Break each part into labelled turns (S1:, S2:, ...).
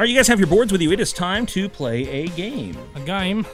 S1: All right, you guys have your boards with you. It is time to play a game.
S2: A game.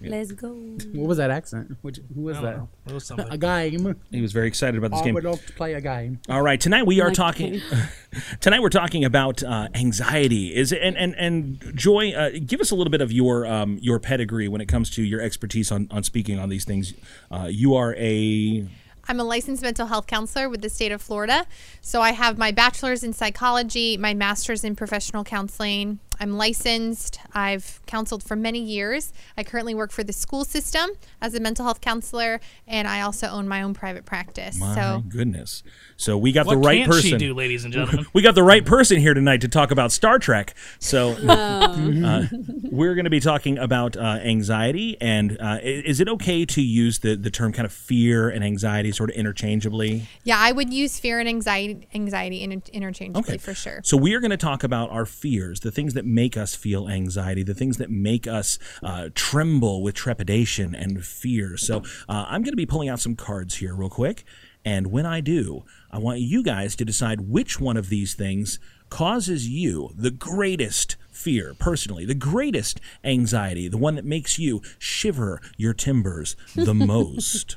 S3: Let's go.
S4: What was that accent? Which, who was
S2: I don't
S4: that?
S2: know. It was
S4: A
S2: something.
S4: game.
S1: He was very excited about this
S4: I
S1: game.
S4: would love to play a game.
S1: All right, tonight we are
S3: Like-
S1: talking. tonight we're talking about uh, anxiety. Is it, and and and Joy, uh, give us a little bit of your um, your pedigree when it comes to your expertise on on speaking on these things. Uh, you are a
S5: I'm a licensed mental health counselor with the state of Florida. So I have my bachelor's in psychology, my master's in professional counseling. I'm licensed. I've counseled for many years. I currently work for the school system as a mental health counselor, and I also own my own private practice.
S1: my
S5: so
S1: goodness. So we got
S2: What
S1: the right
S2: can't
S1: person.
S2: she do, ladies and gentlemen?
S1: we got the right person here tonight to talk about Star Trek. So uh, we're going to be talking about uh, anxiety, and uh, i- is it okay to use the, the term kind of fear and anxiety sort of interchangeably?
S5: yeah, I would use fear and anxiety anxiety in, interchangeably for sure.
S1: So we are going to talk about our fears, the things that make us feel anxiety, the things that make us uh, tremble with trepidation and fear. So uh, I'm going to be pulling out some cards here real quick, and when I do, I want you guys to decide which one of these things causes you the greatest fear personally, the greatest anxiety, the one that makes you shiver your timbers the most.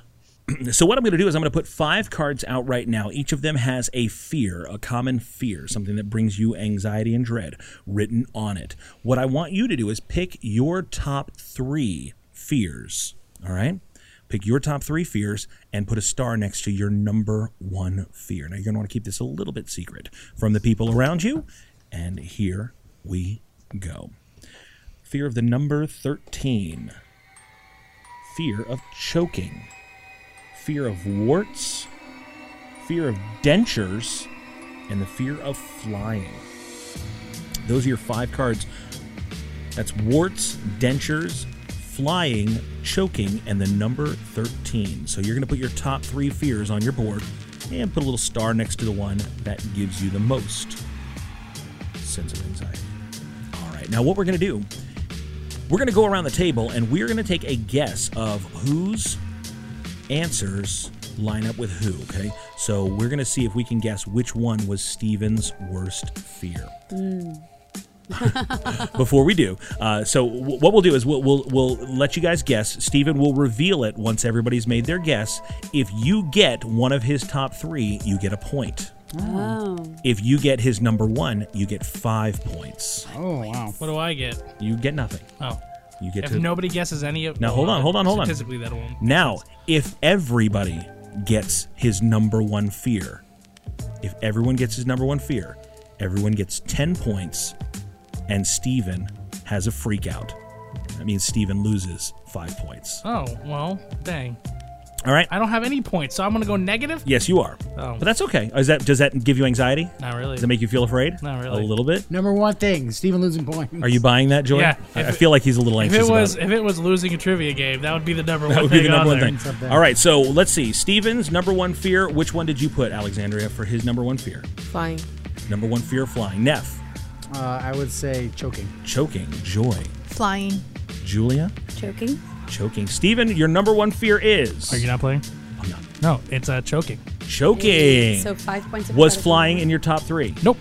S1: So what I'm going to do is I'm going to put five cards out right now. Each of them has a fear, a common fear, something that brings you anxiety and dread written on it. What I want you to do is pick your top 3 fears, all right? Pick your top 3 fears and put a star next to your number 1 fear. Now you're going to want to keep this a little bit secret from the people around you. And here we go. Fear of the number 13. Fear of choking fear of warts, fear of dentures, and the fear of flying. Those are your five cards. That's warts, dentures, flying, choking, and the number 13. So you're going to put your top three fears on your board and put a little star next to the one that gives you the most sense of anxiety. All right, now what we're going to do, we're going to go around the table and we're going to take a guess of whose answers line up with who, okay? So we're going to see if we can guess which one was Steven's worst fear. Before we do, uh, so w- what we'll do is we'll, we'll we'll let you guys guess. Steven will reveal it once everybody's made their guess. If you get one of his top three, you get a point.
S3: Oh.
S1: If you get his number one, you get five points.
S4: Oh wow.
S2: What do I get?
S1: You get nothing.
S2: Oh.
S1: You get
S2: If
S1: to
S2: nobody guesses any of
S1: Now, hold on, hold on, hold on.
S2: Statistically, that one.
S1: Now, if everybody gets his number one fear, if everyone gets his number one fear, everyone gets 10 points, and Steven has a freak out. That means Steven loses five points.
S2: Oh, well, dang.
S1: All right?
S2: I don't have any points, so I'm going to go negative?
S1: Yes, you are.
S2: Oh.
S1: But that's okay. Is that Does that give you anxiety?
S2: Not really.
S1: Does that make you feel afraid?
S2: Not
S1: A
S2: really.
S1: little bit?
S4: Number one thing, Steven losing points.
S1: Are you buying that, Joy?
S2: Yeah.
S1: I,
S2: If
S1: I
S2: it-
S1: feel like he's a little
S2: if
S1: anxious.
S2: it was
S1: about
S2: if it was losing a trivia game, that would be the number
S1: That
S2: one
S1: would
S2: thing.
S1: be the number one
S2: on there.
S1: thing.
S4: Something.
S1: All right, so let's see. Steven's number one fear. Which one did you put, Alexandria, for his number one fear?
S3: Flying.
S1: Number one fear flying. Neff,
S4: Uh, I would say choking.
S1: choking. Joy,
S5: Flying.
S1: Julia,
S3: Choking.
S1: choking. Steven, your number one fear is.
S2: Are you not playing?
S1: I'm not.
S2: No, it's uh, choking.
S1: Choking.
S3: So five points. Of
S1: was
S3: category.
S1: flying in your top three?
S2: Nope.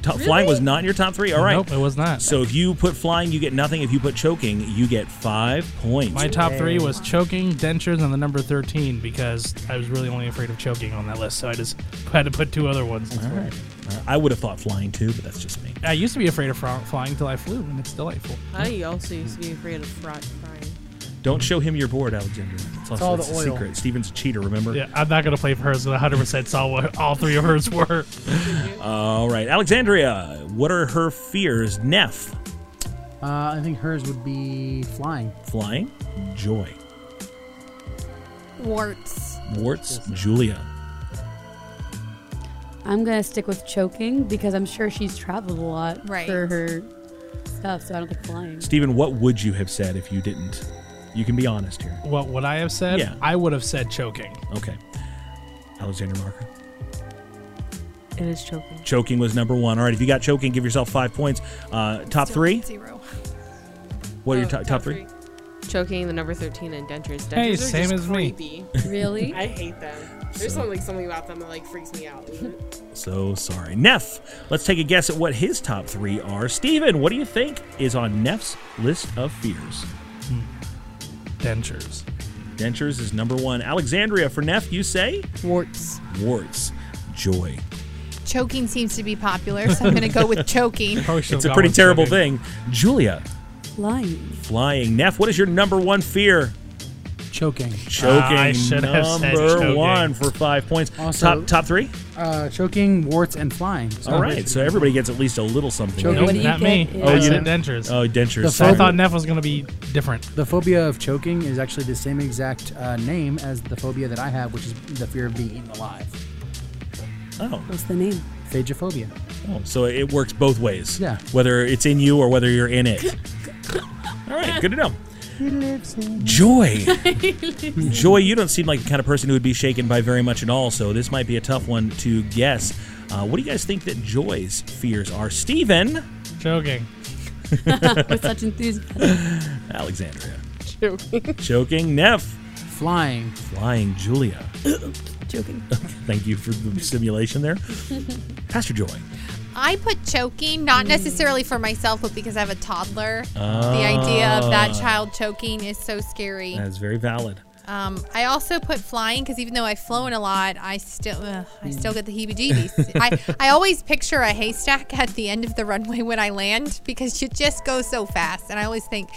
S1: Top, Flying was not in your top three. All right.
S2: Nope, it was not.
S1: So if you put flying, you get nothing. If you put choking, you get five points.
S2: My top three was choking, dentures, and the number 13 because I was really only afraid of choking on that list, so I just had to put two other ones.
S1: All right. Uh, I would have thought flying too, but that's just me.
S2: I used to be afraid of fro- flying till I flew, and it's delightful.
S6: I also used to be afraid of fry, frying.
S1: Don't show him your board, Alexander. It's, also,
S4: all
S1: it's
S4: the
S1: a
S4: oil.
S1: secret. Steven's a cheater, remember?
S2: Yeah, I'm not going to play for hers, and I 100% saw what all three of hers were.
S1: All right. Alexandria, what are her fears? Neff,
S4: Uh, I think hers would be flying.
S1: flying, joy,
S5: Warts.
S1: warts, Julia.
S3: I'm gonna stick with choking because I'm sure she's traveled a lot
S5: Right.
S3: for her stuff, so I don't think flying.
S1: Steven, what would you have said if you didn't? You can be honest here.
S2: What would I have said?
S1: Yeah.
S2: I would have said choking.
S1: Okay. Alexander Marker.
S6: It is choking.
S1: Choking was number one. All right, if you got choking, give yourself five points. Uh, top
S5: Still
S1: three?
S5: Zero.
S1: What are your oh, top, top three?
S6: Choking, the number 13, and dentures. Dentures
S2: Hey,
S6: are
S2: same
S6: just
S2: as me.
S6: creepy.
S3: Really?
S6: I hate them.
S1: So-
S7: There's something something about them that like freaks me out.
S1: So sorry. Neff, let's take a guess at what his top three are. Steven, what do you think is on Neff's list of fears?
S2: Dentures.
S1: Dentures is number one. Alexandria, for Neff, you say
S6: Warts.
S1: warts. Joy.
S5: Choking seems to be popular, so I'm going to go with choking.
S2: Probably should've
S1: It's a
S2: gone
S1: pretty
S2: with
S1: terrible
S2: choking.
S1: thing. Julia,
S3: Flying.
S1: flying. Neff, what is your number one fear?
S4: Choking.
S1: Choking.
S2: I should
S1: number
S2: have said choking.
S1: one for five points.
S4: Also-
S1: top top three.
S4: Uh, choking, warts, and flying. So
S1: All right. So everybody gets at least a little something.
S4: Choking.
S2: Nope,
S3: What do you
S2: not
S3: get
S2: me.
S3: is-
S2: I
S1: Oh, you
S2: said
S1: didn't-
S2: dentures.
S1: Oh, dentures.
S4: The
S2: I
S1: sorry.
S4: fourth
S2: thought Neff was going to be different.
S4: The phobia of choking is actually the same exact uh, name as the phobia that I have, which is the fear of being eaten alive.
S1: Oh.
S3: What's the name?
S4: Phagophobia.
S1: Oh, so it works both ways.
S4: Yeah.
S1: Whether it's in you or whether you're in it. All right, good to know. Joy. Joy, you don't seem like the kind of person who would be shaken by very much at all, so this might be a tough one to guess. Uh, what do you guys think that Joy's fears are? Steven,
S2: Choking.
S3: With such enthusiasm.
S1: Alexandria. Choking. Choking, Neff.
S4: Flying.
S1: Flying, Julia.
S3: Joking.
S1: Thank you for the simulation there. Pastor Joy.
S5: I put choking, not necessarily for myself, but because I have a toddler. The idea of that child choking is so scary.
S1: That is very valid.
S5: Um, I also put flying because even though I've flown a lot, I still ugh, I
S4: Mm.
S5: still get the heebie-jeebies. I, I always picture a haystack at the end of the runway when I land because you just go so fast, and I always think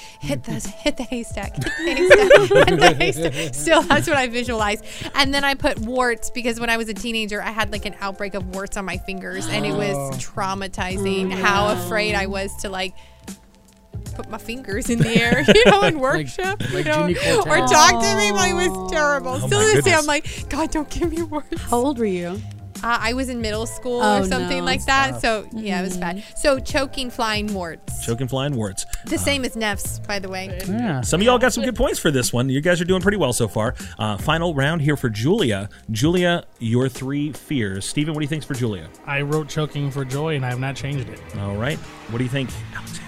S5: hit the hit the haystack, hit the haystack, hit the haystack. Still, that's what I visualize. And then I put warts because when I was a teenager, I had like an outbreak of warts on my fingers, and it
S4: Oh.
S5: was traumatizing. How afraid I was to like. Put my fingers in the air, you know, in worship,
S4: like
S5: you know,
S4: Jimmy Cortez.
S5: or talk to me. Mine was terrible.
S1: Oh my
S5: Still to this day,
S1: goodness.
S5: I'm like, God, don't give me words.
S3: How old were you?
S5: Uh, I was in middle school
S3: Oh,
S5: or something
S3: no.
S5: like that. So yeah, it was bad. So choking, flying warts.
S1: Choking, flying warts.
S5: the same as Neff's, by the way.
S4: Yeah.
S1: Some of y'all got some good points for this one. You guys are doing pretty well so far. Uh, final round here for Julia. Julia, your three fears. Steven, what do you think's for Julia?
S2: I wrote choking for joy, and I have not changed it.
S1: All right. What do you think, Alexandra?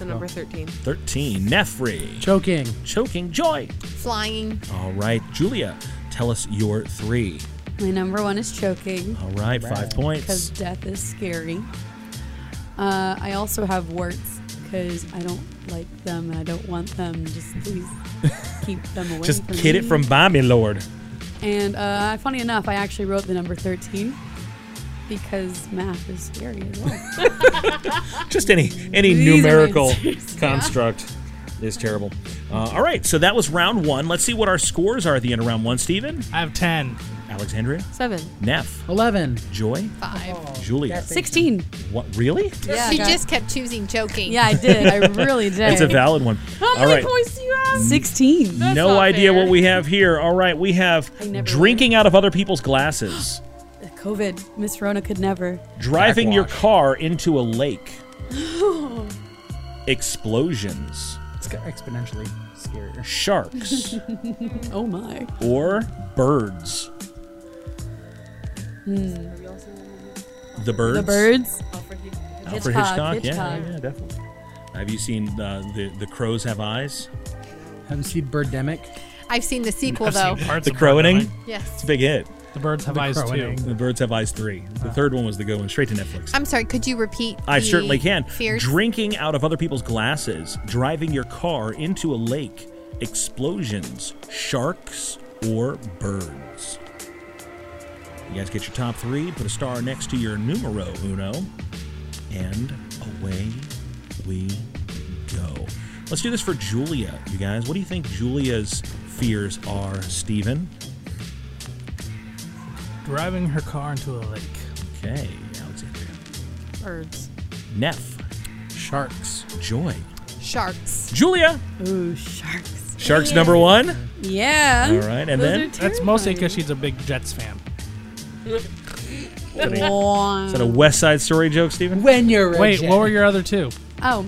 S6: The number 13.
S1: 13. Nefri.
S4: Choking.
S1: Choking joy.
S5: Flying.
S1: All right. Julia, tell us your three.
S3: My number one is choking
S1: All right. Five
S3: because
S1: points.
S3: death is scary. Uh, I also have warts because I don't like them. I don't want them. Just please keep them away.
S1: Just
S3: from
S1: kid it
S3: me.
S1: from by me, Lord.
S3: And uh, funny enough, I actually wrote the number 13 because math is scary as well.
S1: Just any any
S3: These
S1: numerical
S3: answers, yeah.
S1: construct is terrible. Uh, all right. So that was round one. Let's see what our scores are at the end of round one. Steven,
S2: I have 10.
S1: Alexandria,
S6: 7.
S1: Neff,
S4: Eleven.
S1: Joy,
S5: Five.
S1: Julia.
S3: 16.
S1: What really?
S3: Yeah,
S5: she
S3: I got-
S5: just kept choosing choking.
S3: Yeah, I did. I really did.
S1: That's a valid one. All right.
S6: do you have?
S3: 16.
S1: No
S6: not
S1: idea
S6: fair.
S1: what we have here. All right, we have
S3: I never
S1: drinking out of other people's glasses,
S3: COVID. Miss Rona could never.
S1: driving your
S2: Backwash.
S1: car into a lake, explosions,
S4: It's got exponentially scarier.
S1: sharks,
S3: Oh my.
S1: or birds.
S3: Hmm.
S1: The birds.
S3: The birds.
S1: Alfred Hitchcock.
S3: Hitchcock,
S1: Yeah,
S3: Hitchcock.
S1: yeah, definitely. Have you seen uh, the the crows have eyes?
S4: Have you seen Birdemic?
S5: I've seen the sequel
S2: I've seen
S5: though.
S2: parts
S1: The
S2: of Bird
S1: crowing.
S2: Eye.
S1: It's
S5: Yes.
S1: a big hit.
S2: The birds have
S4: The
S2: eyes
S4: crowing.
S2: too.
S1: The birds have eyes three. The third one was the good one, straight to Netflix.
S5: I'm sorry. Could you repeat?
S1: I
S5: the
S1: certainly can.
S5: Fears.
S1: Drinking out of other people's glasses, driving your car into a lake, explosions, sharks, or birds. You guys get your top three, put a star next to your numero uno, and away we go. Let's do this for Julia, you guys. What do you think Julia's fears are, Steven?
S2: Driving her car into a lake.
S1: Okay, Alexandria.
S6: Birds.
S1: Neff,
S4: Sharks.
S1: Joy.
S5: Sharks.
S1: Julia!
S3: Ooh, sharks.
S1: Sharks number one.
S3: Yeah.
S1: All right, and
S3: Those
S1: then?
S3: are
S2: That's mostly because she's a big Jets fan.
S1: Is that a West Side Story joke, Steven?
S4: When you're a
S2: Wait,
S4: jet.
S2: what were your other two?
S3: Oh,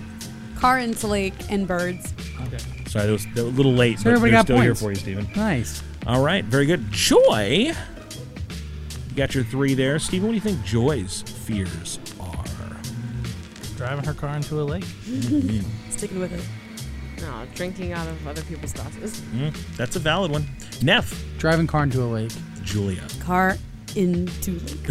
S3: car into lake and birds.
S2: Okay.
S1: Sorry, that was, that was a little late, but
S4: everybody
S1: they're
S4: got
S1: still here
S4: points.
S1: for you, Steven.
S4: Nice.
S1: All right, very good. Joy, you got your three there. Steven, what do you think Joy's fears are?
S2: Driving her car into a lake.
S3: Sticking with it.
S6: No, drinking out of other people's glasses.
S1: That's a valid one. Neff,
S4: Driving car into a lake.
S1: Julia.
S3: Car into lake.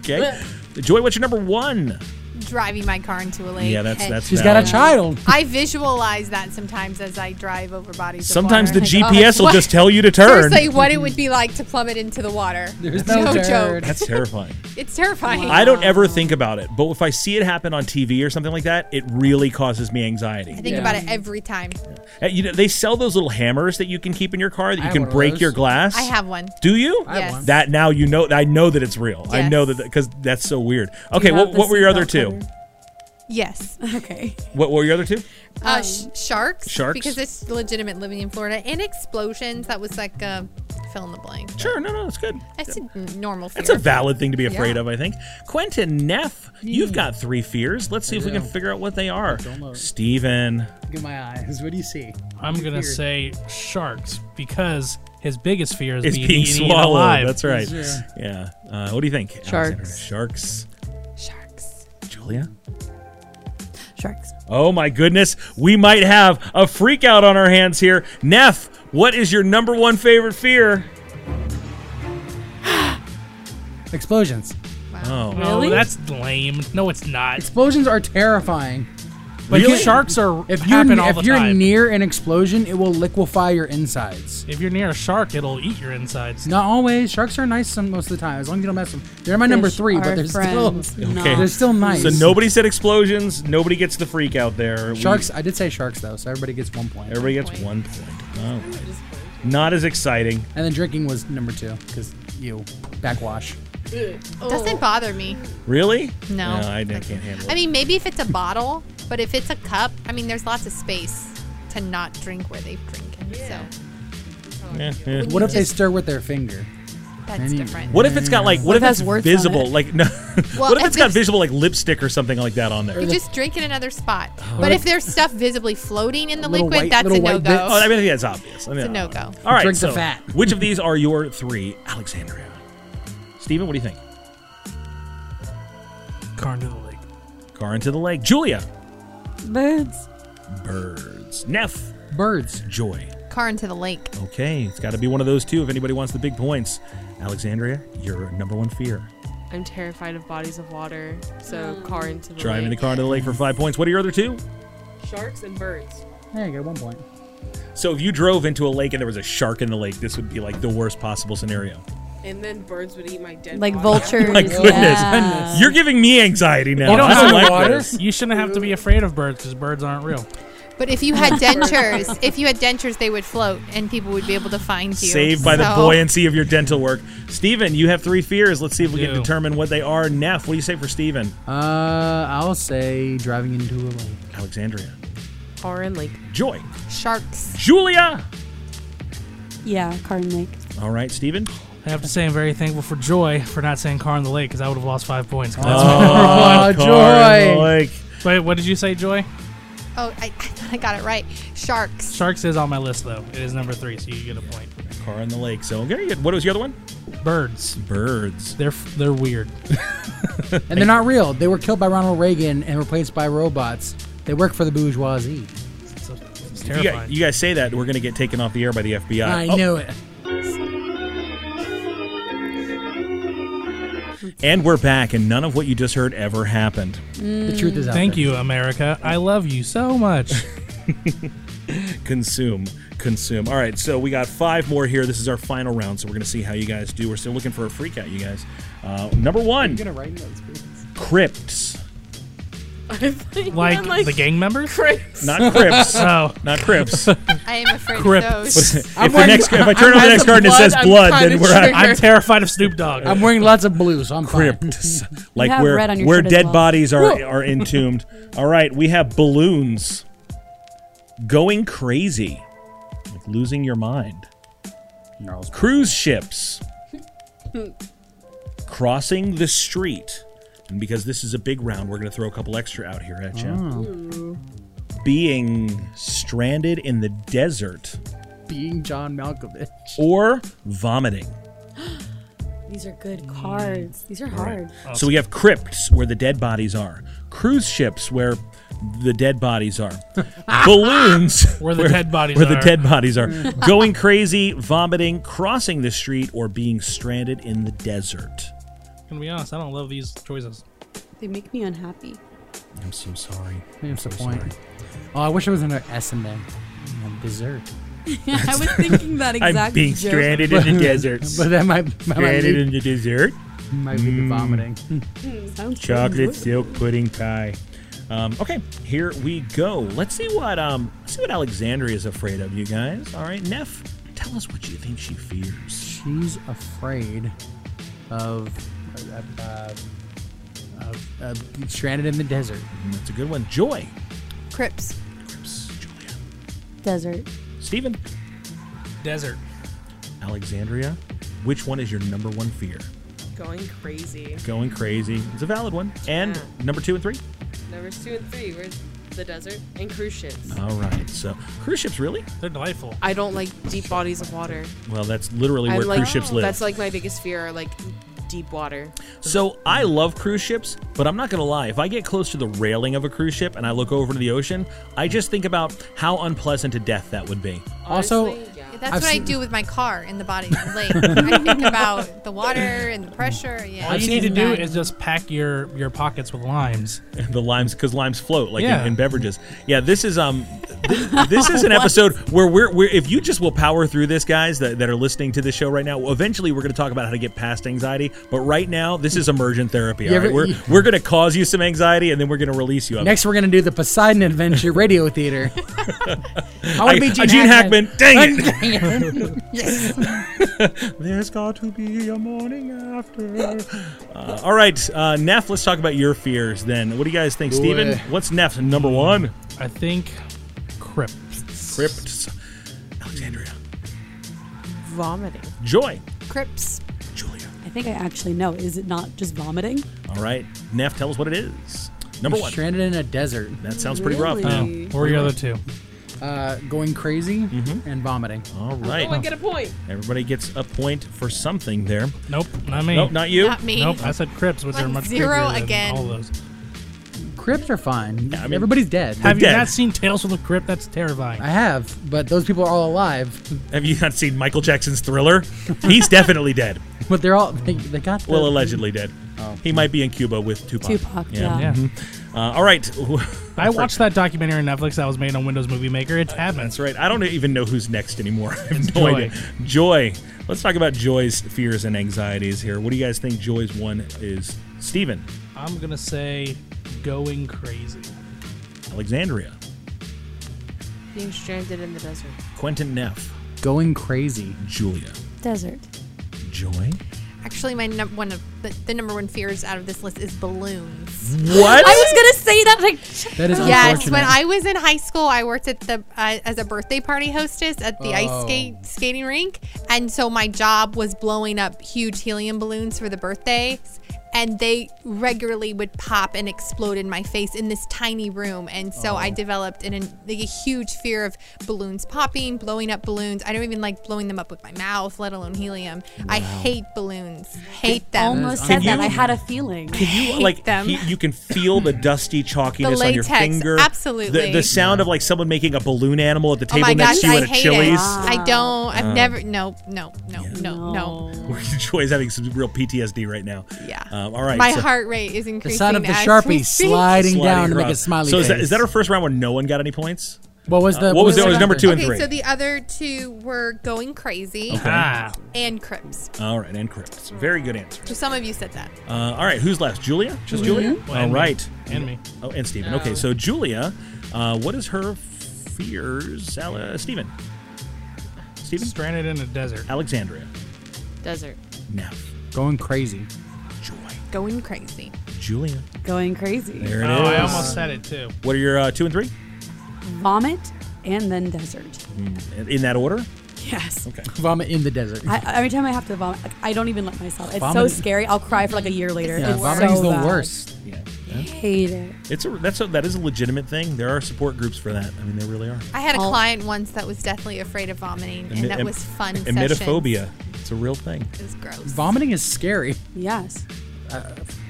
S1: Okay. Joy, what's your number one?
S5: driving my car into a lake.
S1: Yeah, that's that's.
S4: She's got a
S1: valid.
S4: child.
S5: I visualize that sometimes as I drive over bodies.
S1: Sometimes the
S5: of water.
S1: GPS will
S5: What?
S1: just tell you to turn.
S5: Seriously, what it would be like to plummet into the water.
S4: There's no,
S5: joke.
S4: turd.
S1: That's terrifying.
S5: It's terrifying.
S1: I don't ever think about it, but if I see it happen on TV or something like that, it really causes me anxiety.
S5: I think
S4: Yeah.
S5: about it every time.
S1: Uh, You know, they sell those little hammers that you can keep in your car that
S4: I
S1: you
S4: have
S1: can
S4: one of
S1: break
S4: those.
S1: your glass.
S5: I have one.
S1: Do you?
S5: I have Yes. one.
S1: That now you know. I know that it's real. I
S5: Yes.
S1: know that because that's so weird. Okay, what,
S3: have the
S1: what were your other
S3: seatbelt
S1: two?
S3: cover?
S5: Yes.
S3: Okay.
S1: What were your other two?
S5: Uh, sh- sharks.
S1: Um, Sharks?
S5: Because it's legitimate living in Florida. And explosions. That was like a fill in the blank.
S1: Sure, no, no, that's good.
S5: I said n- normal fear.
S1: That's a valid thing to be afraid
S5: Yeah.
S1: of, I think. Quentin Neff, you've got three fears. Let's see if we can figure out what they are. Steven.
S4: Look at my eyes. What do you see?
S2: I'm gonna
S4: Fear.
S2: say sharks because his biggest fear is
S1: Is
S2: being,
S1: being
S2: eaten
S1: swallowed.
S2: alive.
S1: That's right.
S4: Yeah.
S1: Yeah. Uh, what do you think? Alexander? Sharks.
S5: Sharks.
S1: Julia.
S3: Sharks.
S1: Oh my goodness, we might have a freak out on our hands here. Neff, what is your number one favorite fear?
S4: Explosions.
S1: Oh,
S2: No,
S3: Really?
S2: that's lame. No, it's not.
S4: Explosions are terrifying.
S2: But
S1: Really?
S2: sharks are
S4: If you
S2: happen all
S4: if
S2: the
S4: you're
S2: time.
S4: near an explosion, it will liquefy your insides.
S2: if you're near a shark, it'll eat your insides.
S4: Not always. Sharks are nice some, most of the time, as long as you don't mess with them. They're my number
S3: Fish
S4: three,
S3: are
S4: but they're
S3: friends,
S4: still
S1: Okay.
S3: not
S4: they're still nice.
S1: so nobody said explosions. Nobody gets the freak out there. We-
S4: Sharks. I did say sharks though, so everybody gets one point.
S1: everybody gets one point. Oh. Not as exciting.
S4: And then drinking was number two because you backwash.
S5: Doesn't bother me.
S1: Really?
S5: No.
S1: Oh. I, I can't handle it.
S5: I mean, maybe if it's a bottle, but if it's a cup, I mean, there's lots of space to not drink where they've drinking. So
S1: Yeah, yeah.
S4: What if they
S5: just-
S4: stir with their finger?
S5: that's
S4: Any-
S5: different.
S1: What if it's got like? What,
S3: What if
S1: if
S3: has
S1: it's
S3: words on
S1: visible?
S3: it?
S1: Like no.
S5: Well,
S1: what if
S5: if
S1: it's got
S5: there's-
S1: visible like lipstick or something like that on there?
S5: You just drink in another spot. But if there's stuff visibly floating in the
S4: Little
S5: liquid,
S4: white-
S5: that's a
S4: little white
S5: no
S4: bits.
S5: go.
S1: Oh, I mean, yeah, it's obvious. I mean,
S5: It's a no-go.
S1: All right,
S4: Drink the
S1: so
S4: fat.
S1: which of these are your three, Alexandria? Steven, what do you think?
S2: Car into the lake.
S1: Car into the lake. Julia.
S3: Birds.
S1: Birds. Neff.
S4: Birds.
S1: Joy.
S5: Car into the lake.
S1: Okay, it's got to be one of those two if anybody wants the big points. Alexandria, your number one fear.
S6: I'm terrified of bodies of water, so car into the
S1: Driving the
S6: lake.
S1: car into the lake for five points. What are your other two?
S7: Sharks and birds.
S4: There you go, one point.
S1: So if you drove into a lake and there was a shark in the lake, this would be like the worst possible scenario.
S7: And then birds would eat my dead
S3: Like
S7: body.
S3: vultures.
S1: Oh My goodness.
S3: yeah.
S1: You're giving me anxiety now.
S2: You don't
S1: Oh, I
S2: have
S1: like
S4: water?
S1: this.
S2: You shouldn't have to be afraid of birds because birds aren't real.
S5: But if you had dentures, if you had dentures, they would float and people would be able to find you.
S1: Saved by the
S5: So-
S1: buoyancy of your dental work. Steven, you have three fears. Let's see if we can
S2: do.
S1: determine what they are. Neff, what do you say for Steven?
S4: Uh, I'll say driving into a lake.
S1: Alexandria.
S6: Car and lake.
S1: Joy.
S5: Sharks.
S1: Julia.
S3: yeah, car and lake.
S1: All right, Steven.
S2: I have to say, I'm very thankful for Joy for not saying car in the lake because I would have lost five points. 'cause that's-
S1: Oh,
S4: Joy.
S1: Like,
S2: Wait, what did you say, Joy?
S5: Oh, I, I thought I got it right. Sharks.
S2: Sharks is on my list though. It is number three, so you get a point.
S1: car in the lake. So, okay, good. What was your other one?
S2: Birds.
S1: Birds.
S2: They're f- they're weird.
S4: And they're not real. They were killed by Ronald Reagan and replaced by robots. They work for the bourgeoisie.
S2: It's, it's
S1: You
S2: terrifying.
S1: guys, you guys say that we're gonna get taken off the air by the FBI.
S4: I
S1: Oh,
S4: knew it.
S1: and we're back, and none of what you just heard ever happened.
S4: The truth is out
S2: Thank
S4: there.
S2: you, America. I love you so much.
S1: Consume, consume. All right, so we got five more here. This is our final round, so we're gonna see how you guys do. We're still looking for a freak out, you guys. Uh, number one,
S4: gonna write notes, please.
S1: crypts,
S2: Like, the gang members.
S1: not crypts,
S2: Oh,
S1: not crypts. If
S5: I am afraid
S2: Crypt.
S5: of those.
S1: the next, if I turn over the next card and it says blood, then we're out.
S2: I'm terrified of Snoop Dogg.
S4: I'm wearing lots of blue, so I'm fine.
S1: Crypts, like
S3: have
S1: where
S3: red on your
S1: where
S3: shirt as
S1: dead
S3: well.
S1: bodies are are entombed. All right, we have balloons, going crazy, like losing your mind.
S4: Gnarls.
S1: cruise ships crossing the street and because this is a big round we're going to throw a couple extra out here at you being stranded in the desert
S4: Being John Malkovich.
S1: or vomiting
S3: These are good cards. These are hard.
S1: so we have crypts where the dead bodies are cruise ships where the dead bodies are. Balloons
S2: Where the dead bodies
S1: where the
S2: are.
S1: dead bodies are. Going crazy, vomiting, crossing the street, or being stranded in the desert.
S2: Can be honest, I don't love these choices.
S3: They make me unhappy.
S1: I'm so sorry.
S4: That's the point. Oh, I wish there was another S in there. Mm, Dessert.
S3: I was thinking that exact
S1: I'm being
S3: joke.
S1: stranded in the desert.
S4: But that might, might, might
S1: stranded
S4: lead,
S1: in the desert.
S4: might lead
S1: mm.
S4: to vomiting.
S3: Sounds good.
S1: Chocolate silk pudding pie. Um, okay, here we go. Let's see what um let's see what Alexandria is afraid of, you guys. All right, Neff, tell us what you think she fears.
S4: She's afraid of. Uh, uh, of uh, being stranded in the desert.
S1: Mm, That's a good one. Joy.
S5: Crips.
S1: Crips, Julia.
S3: Desert.
S1: Steven.
S2: Desert.
S1: Alexandria, which one is your number one fear?
S7: Going crazy.
S1: Going crazy. It's a valid one. And
S7: Yeah.
S1: number two and three?
S7: Numbers two and three were the desert and cruise ships.
S1: All right. So cruise ships, really?
S2: They're delightful.
S7: I don't like deep bodies of water.
S1: Well, that's literally
S7: I
S1: where
S7: like
S1: cruise ships live.
S7: That's like my biggest fear, like deep water.
S1: So I love cruise ships, but I'm not gonna lie. If I get close to the railing of a cruise ship and I look over to the ocean, I just think about how unpleasant to death that would be.
S4: Also-
S7: Honestly, yeah.
S5: That's
S4: I've
S5: what I
S4: seen-
S5: do with my car in the body of the lake. I think about the water and the pressure. Yeah.
S2: All you
S5: it's
S2: need to do
S5: bad.
S2: is just pack your your pockets with limes.
S1: the limes, because limes float like
S2: Yeah.
S1: in, in beverages. Yeah, this is um, th- this is an episode where we're, we're if you just will power through this, guys that, that are listening to this show right now. Eventually, we're going to talk about how to get past anxiety, but right now, this is emergent therapy.
S4: You
S1: all right?
S4: ever-
S1: we're
S4: you-
S1: we're going to cause you some anxiety, and then we're going to release you. Of it.
S4: Next, we're gonna do the Poseidon Adventure Radio Theater. I
S1: I-
S4: want to be Gene,
S1: uh, Gene Hackman. Dang it!
S4: Dang it.
S1: There's got to be a morning after. Uh, all right, uh, Neff, let's talk about your fears then. What do you guys think, Steven?
S4: Boy.
S1: What's Neff's number one?
S2: I think crypts.
S1: Crypts. Alexandria.
S7: Vomiting.
S1: Joy.
S5: Crips.
S1: Julia.
S3: I think I actually know. Is it not just vomiting?
S1: All right, Neff, tell us what it is. Number one.
S4: Stranded in a desert,
S1: That sounds pretty rough.
S3: Really?
S2: Oh, what were your other two?
S4: uh, going crazy
S1: Mm-hmm.
S4: and vomiting.
S1: All
S7: Oh, I
S1: right.
S7: get a point.
S1: Everybody gets a point for something there.
S2: Nope, not me.
S1: Nope, not you.
S5: Not me.
S2: Nope, I said crypts, which are
S5: Like
S2: much
S5: zero
S2: bigger than
S5: again.
S2: all those.
S4: Crypts are fine.
S1: Yeah, I mean-
S4: Everybody's dead.
S2: Have you
S1: dead.
S2: not seen Tales from the Crypt? That's terrifying.
S4: I have, but those people are all alive.
S1: Have you not seen Michael Jackson's Thriller? He's definitely dead.
S4: But they're all they, they got. The,
S1: Well, allegedly dead. He might be in Cuba with Tupac.
S3: Tupac, yeah.
S2: yeah.
S1: Uh, all right.
S2: I watched that documentary on Netflix that was made on Windows Movie Maker. It's
S1: That's
S2: happens.
S1: right. I don't even know who's next anymore. I have no
S2: Joy.
S1: idea. Joy. Let's talk about Joy's fears and anxieties here. What do you guys think Joy's one is? Steven,
S2: I'm gonna say going crazy.
S1: Alexandria,
S7: Being stranded in the desert.
S1: Quentin Neff,
S4: going crazy.
S1: Julia,
S3: Desert.
S1: Joy.
S5: Actually, my num- one of the, the number one fears out of this list is balloons.
S1: What?
S3: I was gonna say that like
S4: That is
S5: Yes,
S4: unfortunate.
S5: when I was in high school, I worked at the uh, as a birthday party hostess at the ice
S4: Oh.
S5: skate skating rink, and so my job was blowing up huge helium balloons for the birthdays, and they regularly would pop and explode in my face in this tiny room, and so I developed an, an like a huge fear of balloons popping, blowing up balloons. I don't even like blowing them up with my mouth, let alone helium. I hate balloons, hate them.
S3: almost said that.
S1: you-
S3: I had a feeling.
S1: you like
S5: them.
S1: he- you can feel the dusty chalkiness on your
S5: latex,
S1: finger.
S5: absolutely.
S1: The, the sound of like someone making a balloon animal at the
S5: Oh
S1: table
S5: my
S1: next
S5: gosh,
S1: to you
S5: I
S1: at a
S5: hate
S1: Chili's.
S5: it. I don't. I've never. No, no, no, no, no.
S1: Joy's having some real PTSD right now.
S5: Yeah.
S1: Um, all right.
S5: My
S1: so-
S5: heart rate is increasing.
S4: the sound of the
S5: as
S4: sharpie
S5: we speak.
S4: sliding, down to make a
S1: across.
S4: smiley
S1: So
S4: face.
S1: is that, is that our first round where no one got any points?
S4: what was the
S1: what was that- was number two and-
S5: Okay,
S1: three.
S5: so the other two were going crazy
S2: Ah,
S5: and Crips.
S1: All right, and crypts. Very good answer.
S5: So some of you said that.
S1: Uh, all right, who's left? Julia? Just Julia?
S2: Well,
S1: All
S2: and me.
S1: right.
S2: and me.
S1: Oh, and Steven. Okay, so Julia, uh, what is her fears? Al- uh, Steven. Steven?
S2: Stranded in a desert.
S1: Alexandria.
S7: Desert.
S1: Now,
S4: going crazy?
S1: Joy.
S5: Going crazy.
S1: Julia.
S3: Going crazy.
S1: There it is.
S2: Oh, I almost said it too.
S1: What are your uh, two and three?
S3: Vomit and then desert.
S1: In- In that order?
S3: Yes.
S1: Okay.
S4: Vomit in the desert.
S3: I, every time I have to vomit, like, I don't even let myself. It's
S4: Vomiting-
S3: so scary. I'll cry for like a year later.
S4: yeah,
S3: It's
S4: vomiting's
S3: so
S4: the
S3: bad.
S4: worst.
S1: Yeah.
S3: Hate it.
S1: It's a that's a, that is a legitimate thing. There are support groups for that. I mean, there really are.
S5: I had a
S3: All-
S5: client once that was definitely afraid of vomiting,
S1: Emi-
S5: and that
S1: em-
S5: was fun. sessions.
S1: Emetophobia. It's a real thing.
S5: It was gross.
S4: Vomiting is scary.
S3: Yes.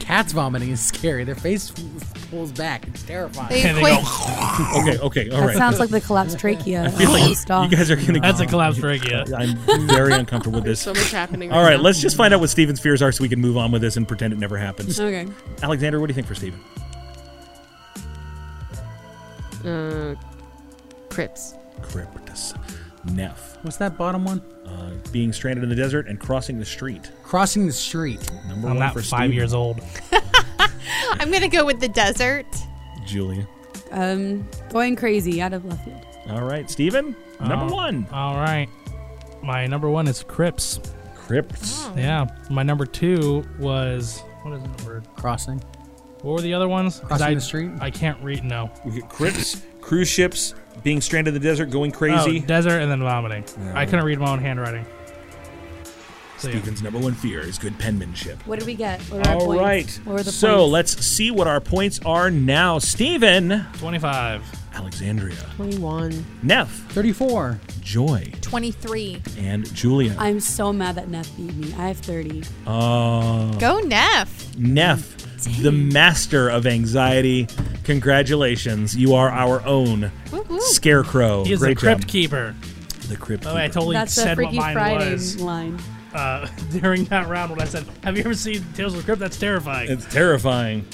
S4: cats vomiting is scary. Their face pulls back. It's terrifying.
S5: They
S2: And they
S5: quit-
S1: Okay, okay, all
S3: That
S1: right.
S3: sounds like the collapsed trachea. Oh,
S1: I feel like
S3: stuff.
S1: you guys are gonna.
S2: That's a collapsed trachea.
S1: I'm very uncomfortable with this.
S7: So much happening.
S1: All right,
S7: now.
S1: let's just find out what Steven's fears are so we can move on with this and pretend it never happens.
S3: okay.
S1: Alexander, what do you think for Steven?
S7: Uh, Crips.
S1: Cryptus. Neff.
S4: What's that bottom one?
S1: Uh, being stranded in the desert and crossing the street.
S4: Crossing the street.
S1: Number
S2: I'm
S1: one
S2: not
S1: for
S2: five
S1: Steven.
S2: years old.
S5: I'm gonna go with the desert.
S1: Julia.
S3: Um, going crazy out of left field.
S1: All right, Steven, number
S2: Uh,
S1: one.
S2: All right. My number one is Crips.
S3: uh.
S1: Crypts.
S2: Yeah. My number two was what is number?
S4: Crossing.
S2: What were the other ones? 'Cause
S4: Crossing
S2: I,
S4: the street?
S2: I can't read. No.
S1: We get Crypts, cruise ships, being stranded in the desert, going
S2: Oh,
S1: crazy.
S2: desert and then vomiting. I couldn't read my own handwriting. So, yeah.
S1: Steven's number one fear is good penmanship.
S3: What did we get? What are our
S1: All
S3: points?
S1: right.
S3: What were the
S1: so
S3: points?
S1: let's see what our points are now. Steven,
S2: Twenty-five.
S1: Oh, Alexandria,
S7: 21.
S1: Neff,
S4: 34.
S1: Joy,
S5: 23.
S1: and Julia.
S3: I'm so mad that Neff beat me. I have 30.
S1: Oh,
S5: Go Neff.
S1: Neff, the master of anxiety. Congratulations. You are our own
S5: Woo-hoo.
S1: scarecrow.
S2: He is
S1: Great
S2: the crypt
S1: job.
S2: keeper.
S1: The crypt
S2: Oh, I
S1: keeper.
S2: totally
S3: That's the
S2: said what
S3: Freaky
S2: mine
S3: Friday
S2: was
S3: line.
S2: uh, during that round when I said, "Have you ever seen Tales of the Crypt?" That's terrifying.
S1: It's terrifying.